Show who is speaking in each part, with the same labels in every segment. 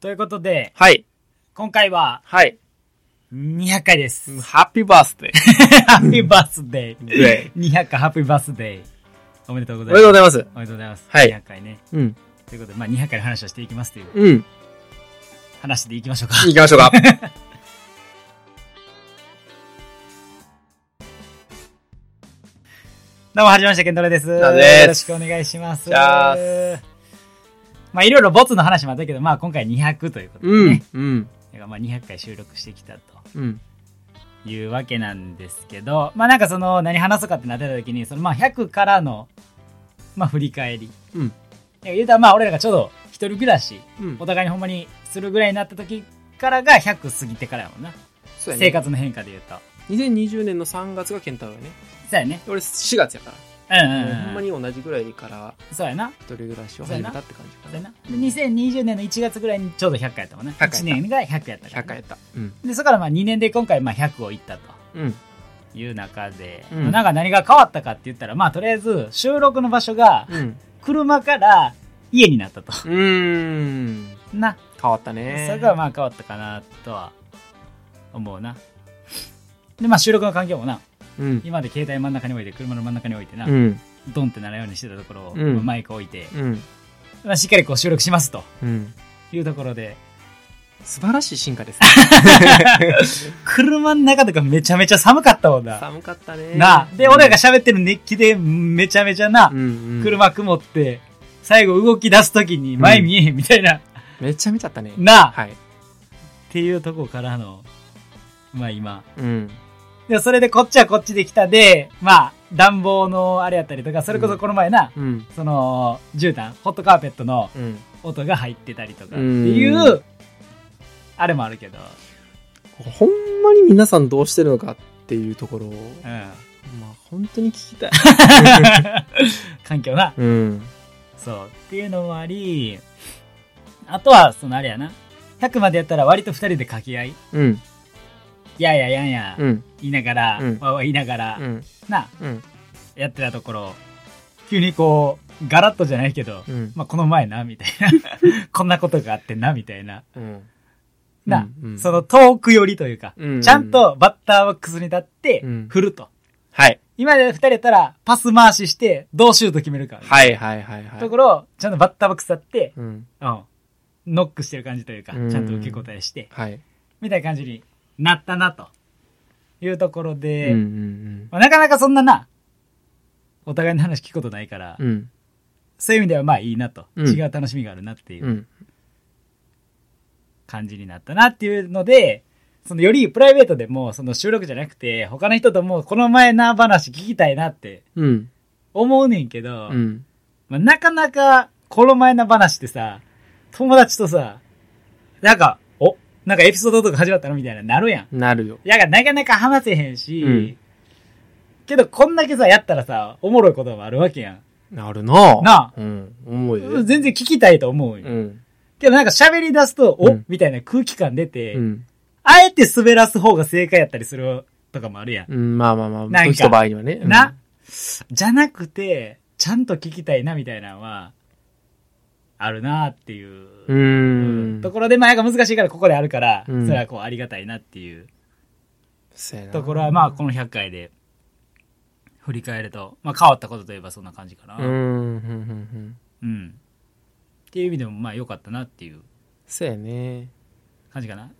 Speaker 1: ということで、
Speaker 2: はい。
Speaker 1: 今回は
Speaker 2: はい。
Speaker 1: 200回です。
Speaker 2: ハッピーバースデー。
Speaker 1: ハッピーバースデー
Speaker 2: ね。
Speaker 1: 200回ハッピーバースデー。おめでとうご
Speaker 2: お
Speaker 1: ざ
Speaker 2: め
Speaker 1: い
Speaker 2: で
Speaker 1: ま
Speaker 2: とう
Speaker 1: す。
Speaker 2: ございます。
Speaker 1: おめでとうございます。
Speaker 2: はい
Speaker 1: 200回ね。
Speaker 2: うん。
Speaker 1: ということで、まあ200回の話をしていきますという
Speaker 2: うん。
Speaker 1: 話でいきましょうか。
Speaker 2: 行きましょうか。
Speaker 1: どうも、はじめまして、ケンドラです。
Speaker 2: ナです
Speaker 1: よろしくお願いします。
Speaker 2: お願い
Speaker 1: まあいろいろボツの話もあったけど、まあ今回200ということでね。
Speaker 2: うん。うん。
Speaker 1: だからまあ200回収録してきたと。
Speaker 2: うん。
Speaker 1: いうわけなんですけど、まあなんかその何話すかってなってた時に、そのまあ100からの、まあ振り返り。
Speaker 2: うん。
Speaker 1: いや言うたらまあ俺らがちょうど一人暮らし、
Speaker 2: うん
Speaker 1: お。互いにほんまにするぐらいになった時からが100過ぎてからやもんな。
Speaker 2: そうやね
Speaker 1: 生。活の変化で言うと。
Speaker 2: 2020年の3月が健太郎やね。
Speaker 1: そうやね。
Speaker 2: 俺4月やか
Speaker 1: うんう
Speaker 2: ら。
Speaker 1: ん、うん。
Speaker 2: ほんまに同じぐらいから
Speaker 1: そうやな。
Speaker 2: 一人暮らしを始めたって感じ
Speaker 1: そう
Speaker 2: か
Speaker 1: や
Speaker 2: な。
Speaker 1: な。で2020年の1月ぐらいにちょうど100回やったもんな。
Speaker 2: 100回
Speaker 1: 1年が100やったから、
Speaker 2: 100回やった。うん。
Speaker 1: で、そこからまあ2年で今回まあ100をいったと。
Speaker 2: うん。
Speaker 1: いう中で、
Speaker 2: うん
Speaker 1: なんか何が変わったかって言ったら、まあとりあえず収録の場所が
Speaker 2: うん。
Speaker 1: 車から家になったと。
Speaker 2: うーん。
Speaker 1: な。
Speaker 2: 変わった
Speaker 1: そ
Speaker 2: ね。
Speaker 1: れがまあ変わったかなとは思うな。で、まあ収録の環境もな、
Speaker 2: うん。
Speaker 1: 今まで携帯真ん中に置いて、車の真ん中に置いてな、
Speaker 2: うん。
Speaker 1: ドンってならんようにしてたところを、
Speaker 2: うん
Speaker 1: マイク置いて、
Speaker 2: うん。
Speaker 1: まあしっかりこう収録しますと
Speaker 2: うん。
Speaker 1: いうところで、
Speaker 2: 素晴らしい進化ですね。
Speaker 1: 車の中とかめちゃめちゃ寒かったもんな。
Speaker 2: 寒かったね。
Speaker 1: な。で、俺らが喋ってる熱気でめちゃめちゃな、
Speaker 2: うんうん
Speaker 1: 車曇って、最後動き出すときに前見えへんみたいな、
Speaker 2: めっちゃ見ちゃったね。
Speaker 1: な、っ
Speaker 2: はい。
Speaker 1: ていうとこからの、まあ今。
Speaker 2: うん。
Speaker 1: で、それでこっちはこっちで来たで、まあ、暖房のあれやったりとか、それこそこの前な、
Speaker 2: うん。
Speaker 1: その、絨毯、ホットカーペットの
Speaker 2: うん。
Speaker 1: 音が入ってたりとかって
Speaker 2: うん
Speaker 1: いう、あれもあるけど、
Speaker 2: ほんまに皆さんどうしてるのかっていうところを、
Speaker 1: う
Speaker 2: ま
Speaker 1: ん。
Speaker 2: あ本当に聞きたい。
Speaker 1: 環境な。
Speaker 2: うん。
Speaker 1: そう。っていうのもあり、あとは、そのあれやな。100までやったら割と2人で掛け合い。
Speaker 2: うん。
Speaker 1: やんややんや、
Speaker 2: うん。
Speaker 1: 言いながら、
Speaker 2: うん
Speaker 1: わわ言いながら、
Speaker 2: うん。
Speaker 1: な、
Speaker 2: うん。
Speaker 1: やってたところ、急にこう、ガラッとじゃないけど、
Speaker 2: うん。
Speaker 1: まあ、この前な、みたい な。こんなことがあってんな、みたいな。
Speaker 2: うん。
Speaker 1: な、
Speaker 2: うんうん
Speaker 1: その遠く寄りというか、
Speaker 2: うん
Speaker 1: ちゃんとバッターボックスに立って
Speaker 2: うん、
Speaker 1: 振ると。
Speaker 2: はい。
Speaker 1: 今まで二人やったら、パス回しして、どうシュート決めるか。
Speaker 2: はいはいはいはい。
Speaker 1: ところを、ちゃんとバッターボックス立って、
Speaker 2: うん。
Speaker 1: うん。ノックしてる感じというか、
Speaker 2: うん
Speaker 1: ちゃんと受け答えして、
Speaker 2: はい。
Speaker 1: みたいな感じになったな、というところ
Speaker 2: う
Speaker 1: で、
Speaker 2: んうん
Speaker 1: まあ、なかなかそんなな、お互いの話聞くことないから、
Speaker 2: うん。うん。
Speaker 1: そういう意味ではまあいいなと、
Speaker 2: うん。
Speaker 1: 違う楽しみがあるなっていううん感じになったなっていうので、そのよりプライベートでも、その収録じゃなくて、他の人ともこの前な話聞きたいなって
Speaker 2: うん。
Speaker 1: 思うねんけど、
Speaker 2: うん。
Speaker 1: まあ、なかなかこの前な話ってさ、友達とさ、なんか、お、なんかエピソードとか始まったのみたいななるやん。
Speaker 2: なるよ。
Speaker 1: やがなかなか話せへんし、
Speaker 2: うん
Speaker 1: けどこんだけさ、やったらさ、おもろいこともあるわけやん。
Speaker 2: なるな
Speaker 1: なあ
Speaker 2: うん。重いで。
Speaker 1: 全然聞きたいと思うよ。
Speaker 2: うん。
Speaker 1: けどなんか喋り出すと、お、
Speaker 2: うん
Speaker 1: みたいな空気感出て、
Speaker 2: うん。
Speaker 1: あえて滑らす方が正解やったりするとかもあるやん。
Speaker 2: うん。まあまあま
Speaker 1: な
Speaker 2: あ、
Speaker 1: んか
Speaker 2: 時と場合にはね。うん
Speaker 1: な。じゃなくて、ちゃんと聞きたいなみたいなのは、あるなっていう、
Speaker 2: うーん
Speaker 1: と。ころで、まあなんか難しいからここであるから、
Speaker 2: うん
Speaker 1: それはこうありがたいなっていう
Speaker 2: そうやな
Speaker 1: ところは、まあこの100回で振り返ると、まあ変わったことといえばそんな感じかな。
Speaker 2: うん。うん。うんうん。
Speaker 1: うん。っていう意味でも、まあ良かったなっていう
Speaker 2: そうやね。
Speaker 1: 感じかな。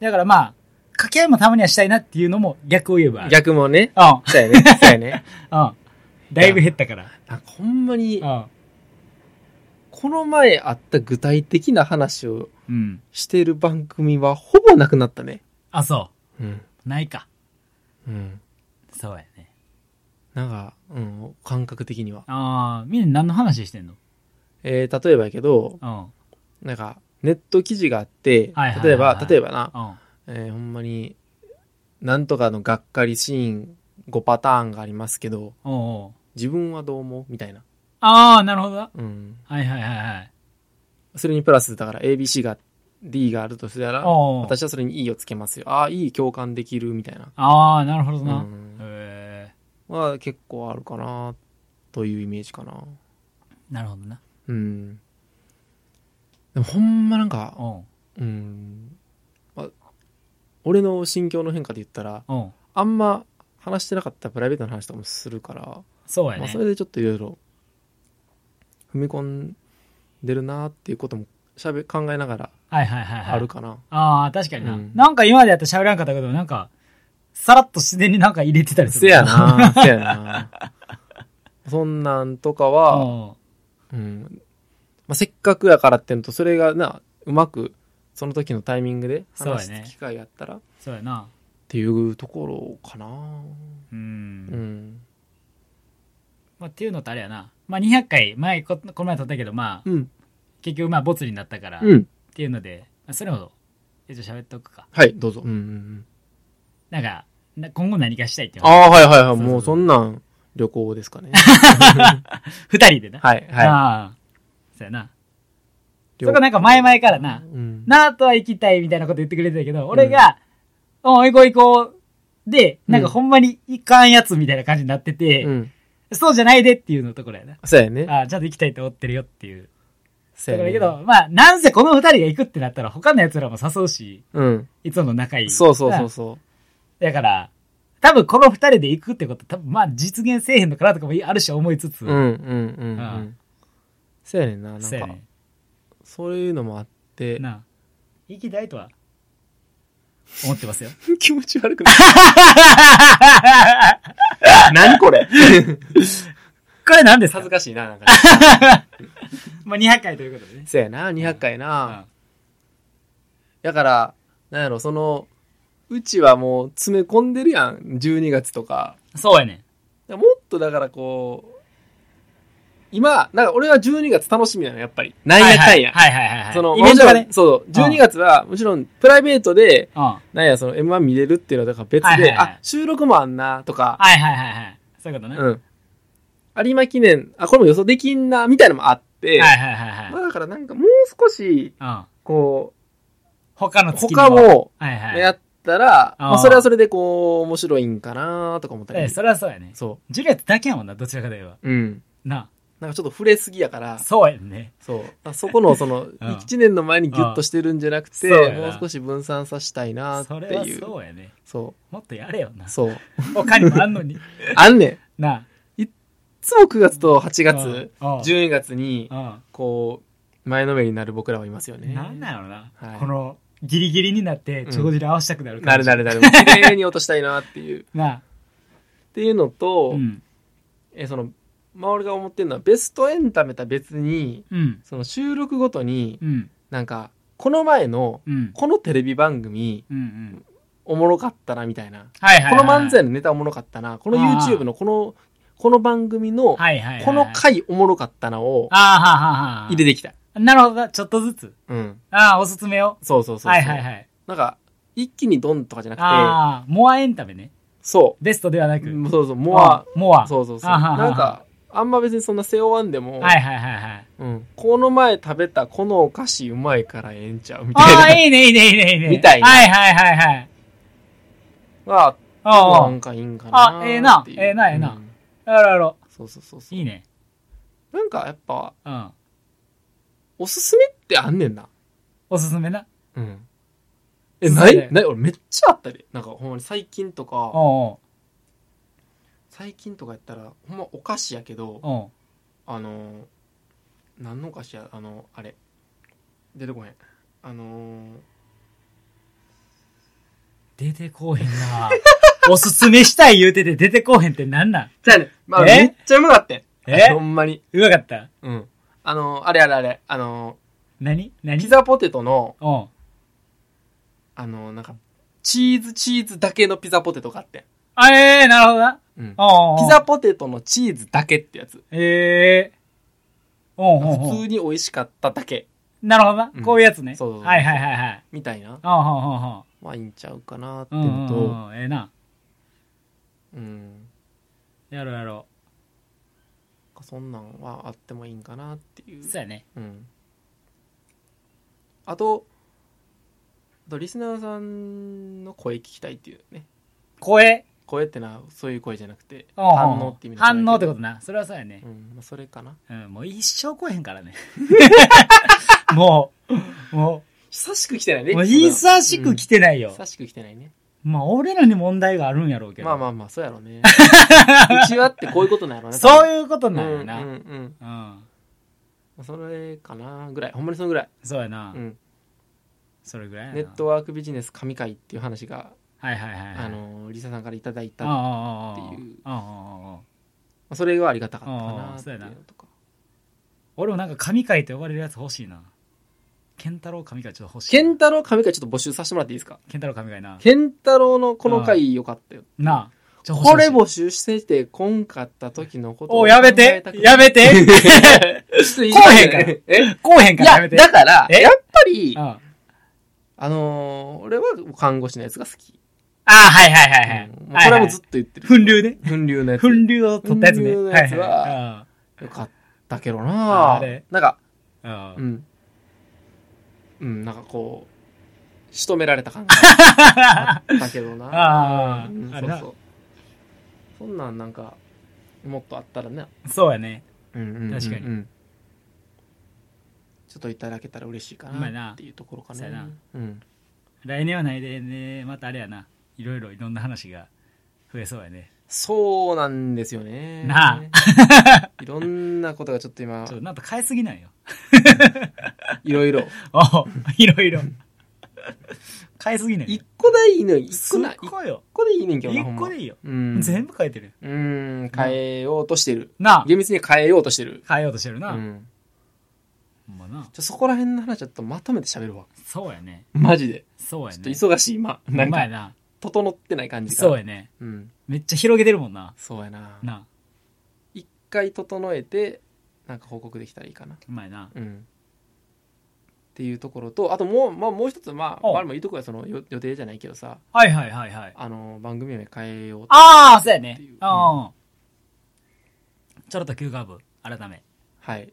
Speaker 1: だからまあ、掛け合いもたまにはしたいなっていうのも逆を言えばある。
Speaker 2: 逆もね。
Speaker 1: うん。うん。
Speaker 2: そうやね。そうやね。
Speaker 1: だいぶ減ったから。
Speaker 2: なんかほんまに、
Speaker 1: うん。
Speaker 2: この前あった具体的な話を
Speaker 1: うん。
Speaker 2: してる番組はほぼなくなったね。
Speaker 1: あ、そ
Speaker 2: うん。
Speaker 1: う。ないか。
Speaker 2: うん。
Speaker 1: そうやね。
Speaker 2: なんか、うん、感覚的には。
Speaker 1: ああ、みんな何の話してんの
Speaker 2: えー、例えばやけど、
Speaker 1: うん。うん。
Speaker 2: なんか、ネット記事があって
Speaker 1: はいはいはいは、い
Speaker 2: 例えば、例えばな、
Speaker 1: あ
Speaker 2: えーほんまに、なんとかのがっかりシーン5パターンがありますけど、
Speaker 1: おうおう
Speaker 2: 自分はどう思うみたいな。
Speaker 1: ああ、なるほど。は
Speaker 2: うん。
Speaker 1: いはいはいはい。
Speaker 2: それにプラス、だから ABC が、D があるとしたら、
Speaker 1: おうおう
Speaker 2: 私はそれに E をつけますよ。ああ、いい共感できる、みたいな。
Speaker 1: ああ、なるほど
Speaker 2: う
Speaker 1: な。
Speaker 2: ん。
Speaker 1: へえ。
Speaker 2: は結構あるかな、というイメージかな。
Speaker 1: なるほどな。
Speaker 2: うん。でもほんまなんか
Speaker 1: う、ん。
Speaker 2: うん、まあ、俺の心境の変化で言ったら、
Speaker 1: うん。
Speaker 2: あんま話してなかったプライベートの話とかもするから、
Speaker 1: そうや
Speaker 2: まあ、
Speaker 1: ね
Speaker 2: そ。れでちょっといろいろ踏み込んでるなっていうこともしゃべ考えながら
Speaker 1: はいはいはいはい。
Speaker 2: あるかな、
Speaker 1: ああ、確かにな。
Speaker 2: うん
Speaker 1: なんか今までやったら喋らんかったけど、なんか、さらっと自然になんか入れてたりする。
Speaker 2: せや。なせや なそんなんとか
Speaker 1: う
Speaker 2: は、
Speaker 1: ん。
Speaker 2: うんまあ、せっかくやからってのとそれがなうまくその時のタイミングで
Speaker 1: そうや
Speaker 2: 話
Speaker 1: ね
Speaker 2: す機会やったら、っ
Speaker 1: そうやな。
Speaker 2: ていうところかな
Speaker 1: う。
Speaker 2: うんん
Speaker 1: まあ、っていうのとあれやな。まあ、200回、前こ、この前撮ったけど、まあ、
Speaker 2: うん
Speaker 1: 結局まあ、ボツになったから、っ
Speaker 2: うん
Speaker 1: ていうので、まあ、それほど、えじゃあ喋っとくか。
Speaker 2: はいどうぞうんうんうん
Speaker 1: なんか、な今後何かしたいっていうの
Speaker 2: ああはいはいはい
Speaker 1: そうそう
Speaker 2: もうそんなん旅行で すかね
Speaker 1: 二人でな。
Speaker 2: はいはい
Speaker 1: ああ。そうやな。そこなんか前々からな、
Speaker 2: うん
Speaker 1: なあとは行きたいみたいなこと言ってくれてたけど、俺が、お行こう行こう。で、なんかほんまに行かんやつみたいな感じになってて、
Speaker 2: うん
Speaker 1: そうじゃないでっていうのところやな。
Speaker 2: そうやね
Speaker 1: ああ、ちゃんと行きたいと思ってるよっていう。
Speaker 2: そ
Speaker 1: だからけど、まあ、なんせこの二人が行くってなったら他の奴らも誘うし、
Speaker 2: うん。
Speaker 1: いつもの仲いい。
Speaker 2: そうそうそうそう。
Speaker 1: なだから、多分この二人で行くってこと、多分まあ実現せえへんのかなとかもあるし思いつつ、
Speaker 2: うんうんうんう
Speaker 1: ああ
Speaker 2: ん。そうやねんな。なん
Speaker 1: そうや
Speaker 2: か
Speaker 1: ね、
Speaker 2: そういうのもあって、
Speaker 1: なあ行きたいとは、思ってますよ。
Speaker 2: 気持ち悪くない何これ
Speaker 1: これ何です か
Speaker 2: 恥ずかしいな、なん か。
Speaker 1: まあ、200回ということでね。
Speaker 2: そうやな、200回
Speaker 1: うん
Speaker 2: な。だから、なんやろ、その、うちはもう詰め込んでるやん、12月とか。
Speaker 1: そうやね
Speaker 2: もっとだからこう、今、なんか俺は12月楽しみなの、やっぱり。なんやかんや。
Speaker 1: はいはいはいはいはい。
Speaker 2: その、
Speaker 1: イベントがね
Speaker 2: も。ちろんそう、12月は、もちろんプライベートで、
Speaker 1: うん。はい
Speaker 2: なんや、その M1 見れるっていうのはだから別で、
Speaker 1: はいはいはい
Speaker 2: あ、収録もあんな、とか、
Speaker 1: はいはいはい。そういうことね。は
Speaker 2: うん。有馬記念、あ、これも予想できんな、みたいなのもあって、
Speaker 1: いはいはい
Speaker 2: ま
Speaker 1: は
Speaker 2: あだからなんかもう少し、
Speaker 1: い。うん。
Speaker 2: こ
Speaker 1: 他の
Speaker 2: う、
Speaker 1: 月に
Speaker 2: 他。も
Speaker 1: はいはい。
Speaker 2: やったら、
Speaker 1: あー
Speaker 2: まあそれはそれでこう、面白いんかな、とか思った
Speaker 1: ええ
Speaker 2: り。
Speaker 1: それはそうやね。
Speaker 2: そ
Speaker 1: ジュリエットだけやもんな、どちらかといえば。
Speaker 2: う。うん。
Speaker 1: な
Speaker 2: なんかちょっと触れすぎやから
Speaker 1: あ。、そうやんね。
Speaker 2: そう。あそこの、その、1年の前にギュッとしてるんじゃなくて、
Speaker 1: あーそうやな
Speaker 2: もう少し分散させたいな、って
Speaker 1: それはいそうやね。
Speaker 2: そ
Speaker 1: もっとやれよな
Speaker 2: う。。そう。
Speaker 1: 他にもあんのに。
Speaker 2: あんねん。
Speaker 1: ない
Speaker 2: つも9月と8
Speaker 1: あ。
Speaker 2: 月、
Speaker 1: うん。うん
Speaker 2: 12月に、
Speaker 1: うん。
Speaker 2: こう、前のめりになる僕らはいますよね。
Speaker 1: なんなんやろな
Speaker 2: は。い
Speaker 1: この、ギリギリになって、ちょうじり合わせたくなる
Speaker 2: な
Speaker 1: 感
Speaker 2: る
Speaker 1: じ。
Speaker 2: なるなる。綺麗に落としたいなって いう。っ
Speaker 1: な
Speaker 2: ていうの
Speaker 1: あ。
Speaker 2: と、
Speaker 1: うん。
Speaker 2: えその、まあ、俺が思ってるのは、ベストエンタメとは別に、
Speaker 1: うん。
Speaker 2: その収録ごとに、
Speaker 1: うん。
Speaker 2: なんか、この前の、
Speaker 1: うん。
Speaker 2: このテレビ番組、
Speaker 1: うんうん。
Speaker 2: おもろかったな、みたいな。
Speaker 1: はいはいはい。
Speaker 2: この漫才のネタおもろかったな。この YouTube のこの、この番組の、
Speaker 1: はいはいはいはい。
Speaker 2: この回おもろかったなを
Speaker 1: ああ、はあはあはあ。
Speaker 2: 入れてきた。
Speaker 1: なるほど、ちょっとずつ。
Speaker 2: うん。
Speaker 1: ああ、おすすめを。
Speaker 2: そうそうそうそう。
Speaker 1: はいはいはい。
Speaker 2: なんか、一気にドンとかじゃなくて、
Speaker 1: ああ、モアエンタメね。
Speaker 2: そ
Speaker 1: ベストではな
Speaker 2: う。
Speaker 1: く。
Speaker 2: うんそうそう、モア、
Speaker 1: うん、モア。
Speaker 2: そうそうそう。
Speaker 1: あはは
Speaker 2: なんか、あんま別にそんな背負わんでも、
Speaker 1: はいはいはいはい。
Speaker 2: うん、この前食べたこのお菓子うまいからええんちゃうみたい
Speaker 1: ああ、
Speaker 2: なの
Speaker 1: いいね、いいね、いいね、いいね。
Speaker 2: みたいな
Speaker 1: はいはいはいはい。
Speaker 2: が、な
Speaker 1: あ
Speaker 2: んかいいんかな
Speaker 1: あええな
Speaker 2: っていう
Speaker 1: ええなええな
Speaker 2: うん
Speaker 1: あ、あらあら。
Speaker 2: そうそうそうそう。
Speaker 1: いいね。
Speaker 2: なんかやっぱ、
Speaker 1: うん。
Speaker 2: おすすめってあんねんな。
Speaker 1: おすすめな。
Speaker 2: うん。え、
Speaker 1: そう
Speaker 2: な
Speaker 1: だよ
Speaker 2: いない俺めっちゃあったで。なんかほんまに最近と
Speaker 1: お
Speaker 2: か、
Speaker 1: う
Speaker 2: 最近とかやったら、ほんまお菓子やけど、
Speaker 1: おうおう
Speaker 2: あのー、何のお菓子や、あの、あれ。出てこへん。あのー、
Speaker 1: 出てこうへんな。 おすすめしたい言うてて出てこうへんってなんなん
Speaker 2: じゃあね、まあ、
Speaker 1: え
Speaker 2: めっちゃうまかったよ
Speaker 1: え
Speaker 2: ほんまに。
Speaker 1: うまかった
Speaker 2: うん。あの、あれあれあれ、あの、
Speaker 1: 何何
Speaker 2: ピザポテトの、
Speaker 1: おう
Speaker 2: あの、なんか、チーズチーズだけのピザポテトがあって。
Speaker 1: あ、ええなるほどな。
Speaker 2: うん。
Speaker 1: おうおうおう
Speaker 2: ピザポテトのチーズだけってやつ。
Speaker 1: ええおうおうおう
Speaker 2: 普通に美味しかっただけ。
Speaker 1: なるほどな
Speaker 2: う。ん
Speaker 1: こういうやつね。
Speaker 2: そうそうそう
Speaker 1: はいはいはいはい。
Speaker 2: みたいな。
Speaker 1: ああ、はあはあは
Speaker 2: まあ、いいんちゃうかなって
Speaker 1: あ。
Speaker 2: いうう
Speaker 1: うんう
Speaker 2: んの
Speaker 1: ん
Speaker 2: と、
Speaker 1: うん。ええな。
Speaker 2: うん。
Speaker 1: やろうやろ
Speaker 2: そんなんはあってもいいんかなっていう
Speaker 1: う。。そうやね。
Speaker 2: うん。あと、あとリスナーさんの声聞きたいっていうね。
Speaker 1: 声。
Speaker 2: 声ってのはそういう声じゃなくて、
Speaker 1: うんうん
Speaker 2: 反応って意味なんだけど
Speaker 1: 反応ってことな。それはそうやね
Speaker 2: う。ん、まあ、それかな。
Speaker 1: うん、もう一生来えへんからね。 もう、も、
Speaker 2: 久しく来てないうね。
Speaker 1: もう久しく来てない
Speaker 2: うん
Speaker 1: よ。
Speaker 2: 久しく来てないね。
Speaker 1: まあ、俺らに問題があるんやろうけど。
Speaker 2: まあまあまあ、そうや ろうね。うちはってこういうことなんやろうね。
Speaker 1: そう
Speaker 2: う
Speaker 1: いうことなんや
Speaker 2: うん
Speaker 1: な。
Speaker 2: うん
Speaker 1: うん。
Speaker 2: うん。それかなぐらい。ほんまにそのぐらい。
Speaker 1: そうやな
Speaker 2: う。ん。
Speaker 1: それぐらいやな。
Speaker 2: ネットワークビジネス神会っていう話が、
Speaker 1: はいはいはいはい。
Speaker 2: あのーリサさんからいただいたま
Speaker 1: ああ
Speaker 2: っ
Speaker 1: ああ
Speaker 2: ていう
Speaker 1: ああああああ
Speaker 2: あそれはありがたかったかなっていう
Speaker 1: ああそうや
Speaker 2: の
Speaker 1: な
Speaker 2: とか
Speaker 1: 俺もなんか神回と呼ばれるやつ欲しいな。ケンタロウ神回ちょっと欲しい。
Speaker 2: 健太郎神会ちょっと募集させてもらっていいですか
Speaker 1: ケンタロウ神回な。
Speaker 2: 健太郎のこの回良かったよ
Speaker 1: なあ。ちょ
Speaker 2: これ。
Speaker 1: 欲しい欲しい
Speaker 2: 募集しててこんかった時のこと
Speaker 1: お、やめてやめて
Speaker 2: て
Speaker 1: こうへんから
Speaker 2: え
Speaker 1: こうへん
Speaker 2: い
Speaker 1: からや
Speaker 2: や
Speaker 1: めて。
Speaker 2: だから
Speaker 1: え
Speaker 2: やっぱり
Speaker 1: うんあ
Speaker 2: あのー俺は看護師のやつが好き
Speaker 1: あ、はいはいはいはい。
Speaker 2: うんもうこれはもうずっと言ってる
Speaker 1: 粉流ね。
Speaker 2: 粉流のやつ
Speaker 1: 粉流を取ったやつね。
Speaker 2: 粉流のやつはい
Speaker 1: は
Speaker 2: よかったけど
Speaker 1: あ
Speaker 2: な
Speaker 1: あれ
Speaker 2: なんか
Speaker 1: いうん
Speaker 2: う
Speaker 1: うん
Speaker 2: ん。うん、なんかこう、仕留められ た感があったけどな。
Speaker 1: あー
Speaker 2: うん
Speaker 1: あ
Speaker 2: そ
Speaker 1: れ
Speaker 2: う
Speaker 1: な
Speaker 2: そう。そんなんなんか、もっとあったらね。
Speaker 1: そうやね。
Speaker 2: うんうんうんうん
Speaker 1: 確かに
Speaker 2: ちょっといただけたら嬉しいか
Speaker 1: うまい
Speaker 2: な
Speaker 1: な
Speaker 2: っていうところか
Speaker 1: そうや
Speaker 2: ね
Speaker 1: な。
Speaker 2: うん。
Speaker 1: 来年はないでね、またあれやな。いろいろいろんな話が増えそうやね。
Speaker 2: そうなんですよね。
Speaker 1: なあ
Speaker 2: いろんなことがちょっと今
Speaker 1: ちょっ、となんと変えすぎないよ。
Speaker 2: いろ いろ。
Speaker 1: おういろいろ。変えすぎない
Speaker 2: 一。個でいいのよ。一
Speaker 1: す
Speaker 2: 個
Speaker 1: っ
Speaker 2: な、一
Speaker 1: ごいよ。
Speaker 2: 個でいいねんけどな。
Speaker 1: 一
Speaker 2: ほんま
Speaker 1: 個でいいよ。
Speaker 2: うん。
Speaker 1: 全部変えてるよ。
Speaker 2: うん、変えようとしてる。
Speaker 1: なあ。
Speaker 2: 厳密に変えようとしてる。
Speaker 1: 変えようとしてる
Speaker 2: う
Speaker 1: な。
Speaker 2: ん。
Speaker 1: ほんまな。
Speaker 2: ちょ、そこら辺の話ちょっとまとめて喋るわ。
Speaker 1: そうやね。
Speaker 2: マジで。
Speaker 1: そうや
Speaker 2: ちょっ
Speaker 1: ね。
Speaker 2: と忙しい、今。
Speaker 1: ほ
Speaker 2: なんん
Speaker 1: ま
Speaker 2: か
Speaker 1: や、な。
Speaker 2: 整ってない感じが。
Speaker 1: そうやね。
Speaker 2: うん。
Speaker 1: めっちゃ広げてるもんな。
Speaker 2: そうやな。
Speaker 1: なあ。
Speaker 2: 一回整えて、なんか報告できたらいいかな。
Speaker 1: ほんまやな。
Speaker 2: うん。っていうところと、あともう、まあ、もう一つ、まあ、
Speaker 1: お
Speaker 2: まあ、もいいとこや、そのよ予定じゃないけどさ、
Speaker 1: はいはいはいはい。
Speaker 2: あの、番組名変えようと。
Speaker 1: ああ、そうや
Speaker 2: っ
Speaker 1: ね
Speaker 2: ていう。
Speaker 1: うん。ちょろっと急カーブ、改め。
Speaker 2: はい。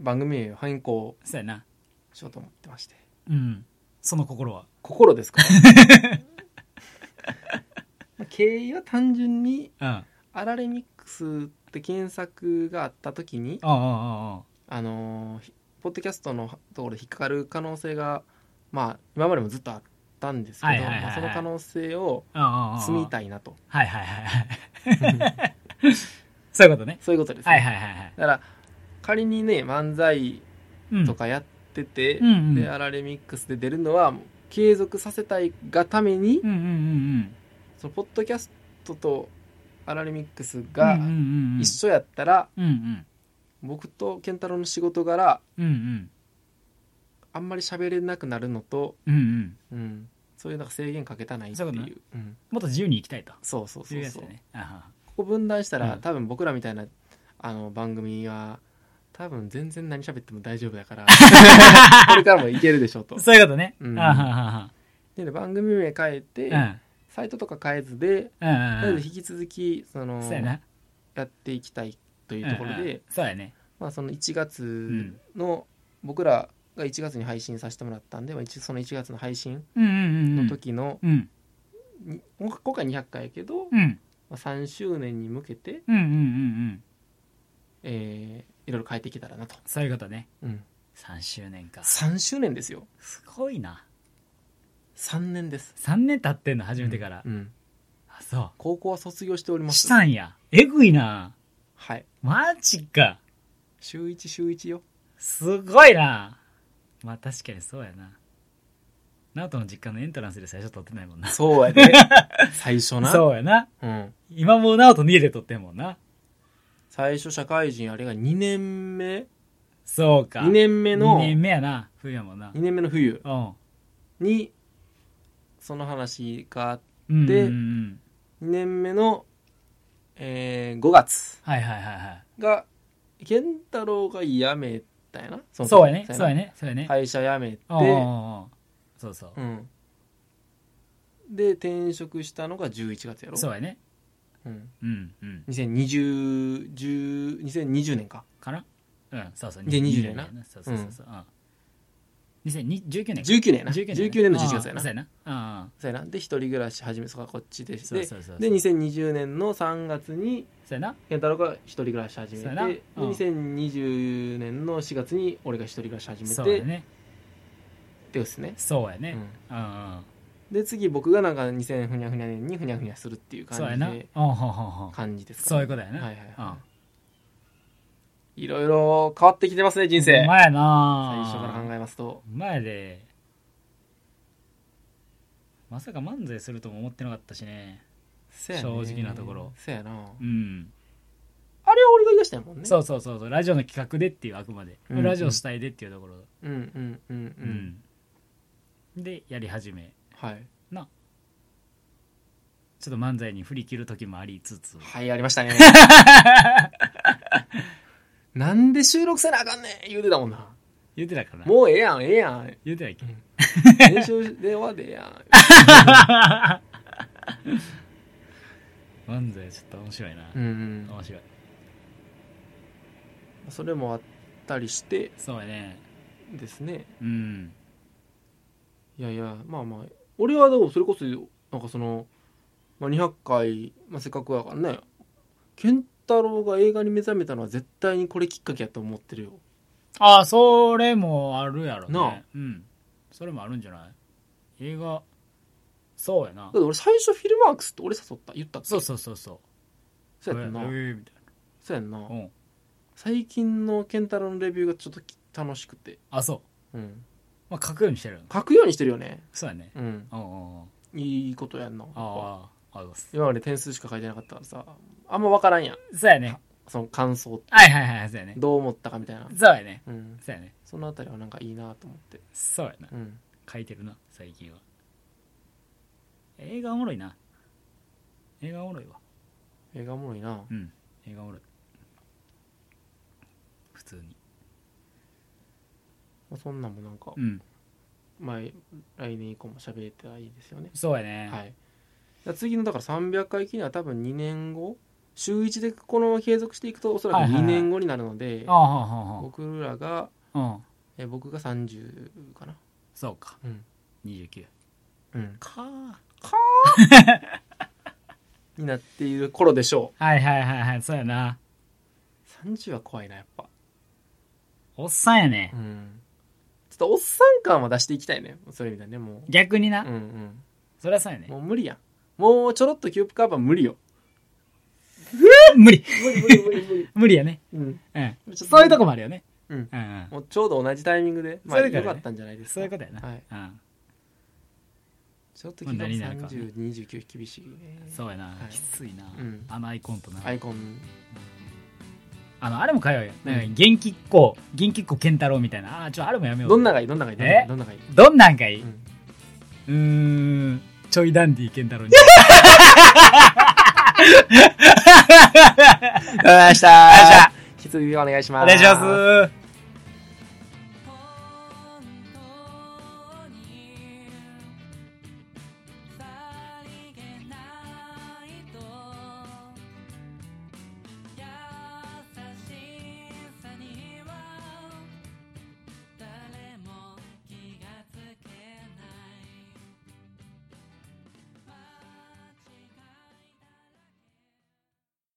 Speaker 2: 番組名を変更
Speaker 1: そうやな。
Speaker 2: しようと思ってまして。
Speaker 1: うん。その心は。
Speaker 2: 心ですか まあ経営は単純に、
Speaker 1: うん。うん
Speaker 2: アラレミックスって検索があった時に、
Speaker 1: うんうんうん。
Speaker 2: あのーひポッドキャストのところで引っかかる可能性が、まあ、今までもずっとあったんですけ
Speaker 1: はい
Speaker 2: ど、
Speaker 1: はいはいはい
Speaker 2: まあその可能性を
Speaker 1: うんうんうん。
Speaker 2: 積み
Speaker 1: い。
Speaker 2: た いなと。
Speaker 1: はいはいはいはい。そういうことね。
Speaker 2: そういうことです、ね
Speaker 1: はいはいはいはい。
Speaker 2: だから、仮にね、漫才
Speaker 1: うん。
Speaker 2: とかやってて、
Speaker 1: うんうん。
Speaker 2: で、アラレミックスで出るのは、継続させたいがために、
Speaker 1: うんうんうん
Speaker 2: そのポッドキャストとアラレミックス
Speaker 1: うん。
Speaker 2: が
Speaker 1: うんうんうんうん
Speaker 2: 一緒やったら、
Speaker 1: うんうん。
Speaker 2: 僕と健太郎の仕事柄、
Speaker 1: うんうん。
Speaker 2: あんまり喋れなくなるのと、
Speaker 1: うんうん。
Speaker 2: うん、そういうなんか制限かけたないってい
Speaker 1: そうういうことね
Speaker 2: うん、
Speaker 1: もっと自由に行きたいと。
Speaker 2: そうそう
Speaker 1: そ
Speaker 2: そう
Speaker 1: いううやつ
Speaker 2: そう、
Speaker 1: だね。あはは
Speaker 2: ここ分断したら、
Speaker 1: うん
Speaker 2: 多分僕らみたいなあの番組は多分全然何喋っても大丈夫だ からこれからもいけるでしょうと
Speaker 1: そういうことね。
Speaker 2: うん
Speaker 1: あはは
Speaker 2: で番組名変えて、
Speaker 1: は。
Speaker 2: サイトとか変えずで、
Speaker 1: うん。うん
Speaker 2: な
Speaker 1: う
Speaker 2: の
Speaker 1: ん
Speaker 2: で引き続きその
Speaker 1: うん。そうやな。
Speaker 2: やっていきたいというところで、
Speaker 1: うんうんそうやね。
Speaker 2: まあ、その1月の、僕らが1月に配信させてもらったんで、まあ、一その1月の配信
Speaker 1: うんうんうんう
Speaker 2: の
Speaker 1: ん。
Speaker 2: 時の、
Speaker 1: うん。
Speaker 2: に今回200回やけど、
Speaker 1: うん。
Speaker 2: まあ、3周年に向けて、
Speaker 1: うんうんうんうん。
Speaker 2: えーいろいろ変えていけたらなと、
Speaker 1: そういうことね。3周年か。
Speaker 2: 3周年ですよ
Speaker 1: すごいな。
Speaker 2: 3年です
Speaker 1: 3年経ってんの、始めてから。
Speaker 2: うん
Speaker 1: あ、そ
Speaker 2: 高校は卒業しており
Speaker 1: う。
Speaker 2: ます
Speaker 1: したんや。えぐいな。
Speaker 2: はい
Speaker 1: マジか。
Speaker 2: 週1週1よ
Speaker 1: すごいな。まあ確かにそうやな。ナオトの実家のエントランスで最初撮ってないもんな。
Speaker 2: そうやで 最初な
Speaker 1: そうやな。
Speaker 2: うん、
Speaker 1: 今もうナオト逃げて撮ってんもんな。
Speaker 2: 最初社会人あれが2年目
Speaker 1: そうか。
Speaker 2: 2年目の
Speaker 1: 二年目やな。冬やもんな。
Speaker 2: 二年目の冬
Speaker 1: うん。
Speaker 2: にその話が
Speaker 1: うん
Speaker 2: で
Speaker 1: うんうん、
Speaker 2: 2年目の、え5月
Speaker 1: はいはいはいは
Speaker 2: が健太郎が辞めたやなそ
Speaker 1: い
Speaker 2: の時
Speaker 1: そうやねそうやねそうやね、
Speaker 2: 会社辞めて
Speaker 1: うんうんうんそうそう、
Speaker 2: うん、で転職したのが11月やろ
Speaker 1: そうやね
Speaker 2: うん、
Speaker 1: うんうん
Speaker 2: 2020, 10 2020年か
Speaker 1: かなうんそうそう
Speaker 2: で20年な
Speaker 1: そうそうそうそう、うん2019年
Speaker 2: 19年やな
Speaker 1: 19年
Speaker 2: 19年の11月
Speaker 1: あ
Speaker 2: や
Speaker 1: あ
Speaker 2: な
Speaker 1: そうやなああ
Speaker 2: そうやなで一人暮らし始めそこはこっちでして
Speaker 1: そうそうそうそう
Speaker 2: で2020年の3月に
Speaker 1: そうやな
Speaker 2: 健太郎が一人暮らし始め
Speaker 1: そう
Speaker 2: て
Speaker 1: やな
Speaker 2: で
Speaker 1: うん
Speaker 2: 2020年の4月に俺が一人暮らし始め
Speaker 1: そう
Speaker 2: て
Speaker 1: やね
Speaker 2: でですね
Speaker 1: そうや
Speaker 2: う
Speaker 1: ね
Speaker 2: ん
Speaker 1: うんうん
Speaker 2: で次僕がなんか2000ふにゃふにゃ年にふにゃふにゃするっていう
Speaker 1: そう
Speaker 2: 感
Speaker 1: や
Speaker 2: じ
Speaker 1: なうん
Speaker 2: で
Speaker 1: ほんほんほん
Speaker 2: 感じですか
Speaker 1: そう
Speaker 2: ね
Speaker 1: いうことやな
Speaker 2: はいはいはい
Speaker 1: うん
Speaker 2: いろいろ変わってきてますね人生
Speaker 1: うまや
Speaker 2: 最
Speaker 1: な
Speaker 2: 初から考えますと
Speaker 1: うまやでまさか漫才するとも思ってなかったしね
Speaker 2: 正
Speaker 1: 正直なところ
Speaker 2: そうやな
Speaker 1: うん
Speaker 2: あれは俺が言い出したんやもんね
Speaker 1: そうそうそうそうラジオの企画でっていうあくまで、
Speaker 2: うん
Speaker 1: ラジオ主体でっていうところ、
Speaker 2: うんうんうんうん
Speaker 1: うんでやり始め
Speaker 2: はい
Speaker 1: ちょっと漫才に振り切る時もありつつ
Speaker 2: はいやりました ねなんで収録せなあかんねん言うてたもんな
Speaker 1: 言うてたからな
Speaker 2: もうええやんええ やん
Speaker 1: 言うてたっけ
Speaker 2: 練習で終わでええやん
Speaker 1: 漫才ちょっと面白いな、
Speaker 2: うんうん
Speaker 1: 面白い
Speaker 2: それもあったりして
Speaker 1: そうやね
Speaker 2: ですね
Speaker 1: うん
Speaker 2: いやいやまあまあ俺はでもそれこそなんかその、まあ、200回、まあ、せっかくやからね健太郎が映画に目覚めたのは絶対にこれきっかけやと思ってるよ
Speaker 1: ああそれもあるやろね
Speaker 2: なあ
Speaker 1: うんそれもあるんじゃない映画そうやな
Speaker 2: だって俺最初フィルマークスって俺誘った言ったっけ
Speaker 1: そうそうそうそう
Speaker 2: そうやんな
Speaker 1: えーみたい
Speaker 2: そうやんな
Speaker 1: なうん
Speaker 2: 最近の健太郎のレビューがちょっとき楽しくて、
Speaker 1: あそう
Speaker 2: うん、
Speaker 1: まあ書くようにしてるよ
Speaker 2: 書くようにしてるよね
Speaker 1: そうやね
Speaker 2: うん
Speaker 1: うんうんうん
Speaker 2: いいことやんな
Speaker 1: ああ、ありがとうございます。
Speaker 2: 今まで点数しか書いてなかったからさあんま分からんやん
Speaker 1: そうやね。
Speaker 2: その感想
Speaker 1: はいはいはい、そうやね。
Speaker 2: どう思ったかみたいな
Speaker 1: そうやね。
Speaker 2: うん
Speaker 1: そうやね。
Speaker 2: そのあたりはなんかいいなと思って
Speaker 1: そうやな。
Speaker 2: うん
Speaker 1: 書いてるな、最近は。映画おもろいな。映画おもろいわ。
Speaker 2: 映画おもろいな
Speaker 1: うん。映画おもろい。普通に。
Speaker 2: まあそんなんもなんか、
Speaker 1: うん。
Speaker 2: まあ、来年以降も喋れたらいいですよね。
Speaker 1: そうやね。
Speaker 2: はい。だから次のだから300回記念は多分2年後週1でこの継続していくとおそら
Speaker 1: は
Speaker 2: く
Speaker 1: いはいは
Speaker 2: 2
Speaker 1: い
Speaker 2: 年後になるので、
Speaker 1: ああ、はあは
Speaker 2: 僕らが
Speaker 1: あはあ。うん。
Speaker 2: え僕が30かな。
Speaker 1: そうか。
Speaker 2: うん。
Speaker 1: 29。
Speaker 2: うん、
Speaker 1: かー
Speaker 2: になっている頃でしょ
Speaker 1: はいはいはいはい、そうやな。
Speaker 2: う。30は怖いなやっぱ。
Speaker 1: おっさんやね
Speaker 2: う。ん。ちょっとおっさん感は出していきたいね。そういう意味だねも
Speaker 1: 逆に
Speaker 2: う。
Speaker 1: な
Speaker 2: う。ん
Speaker 1: そりゃそうや
Speaker 2: う
Speaker 1: ね
Speaker 2: ん。。もう無理やん。もうちょろっとキュープカーバー無理よ。
Speaker 1: 無理。
Speaker 2: 無理無理無理無理。
Speaker 1: 無理やね。
Speaker 2: うん。
Speaker 1: うん。そういうとこもあるよね。
Speaker 2: うん
Speaker 1: うんうん。
Speaker 2: もうちょうど同じタイミングで、まあ、
Speaker 1: それ
Speaker 2: 良
Speaker 1: からね
Speaker 2: かったんじゃないですか。
Speaker 1: そういうことやな。
Speaker 2: はい。
Speaker 1: うん。
Speaker 2: ちょっと昨日
Speaker 1: まあ何になるかはね
Speaker 2: 30、29厳しいね。
Speaker 1: そうやな、
Speaker 2: はい
Speaker 1: きついな、
Speaker 2: うん
Speaker 1: あのアイコンとな、
Speaker 2: アイコン。
Speaker 1: あのあれも通うよ、なんか
Speaker 2: うん
Speaker 1: 元気っ子元気っ子健太郎みたいなあーちょあれもやめよう
Speaker 2: どんながいいどんながいい
Speaker 1: え
Speaker 2: どんながいい
Speaker 1: どんなんかいい、
Speaker 2: う
Speaker 1: うんーんちょいダンディ健太郎に
Speaker 2: ありがとうございました。
Speaker 1: ありがとうございま
Speaker 2: 引き続きお願いします。
Speaker 1: お願いします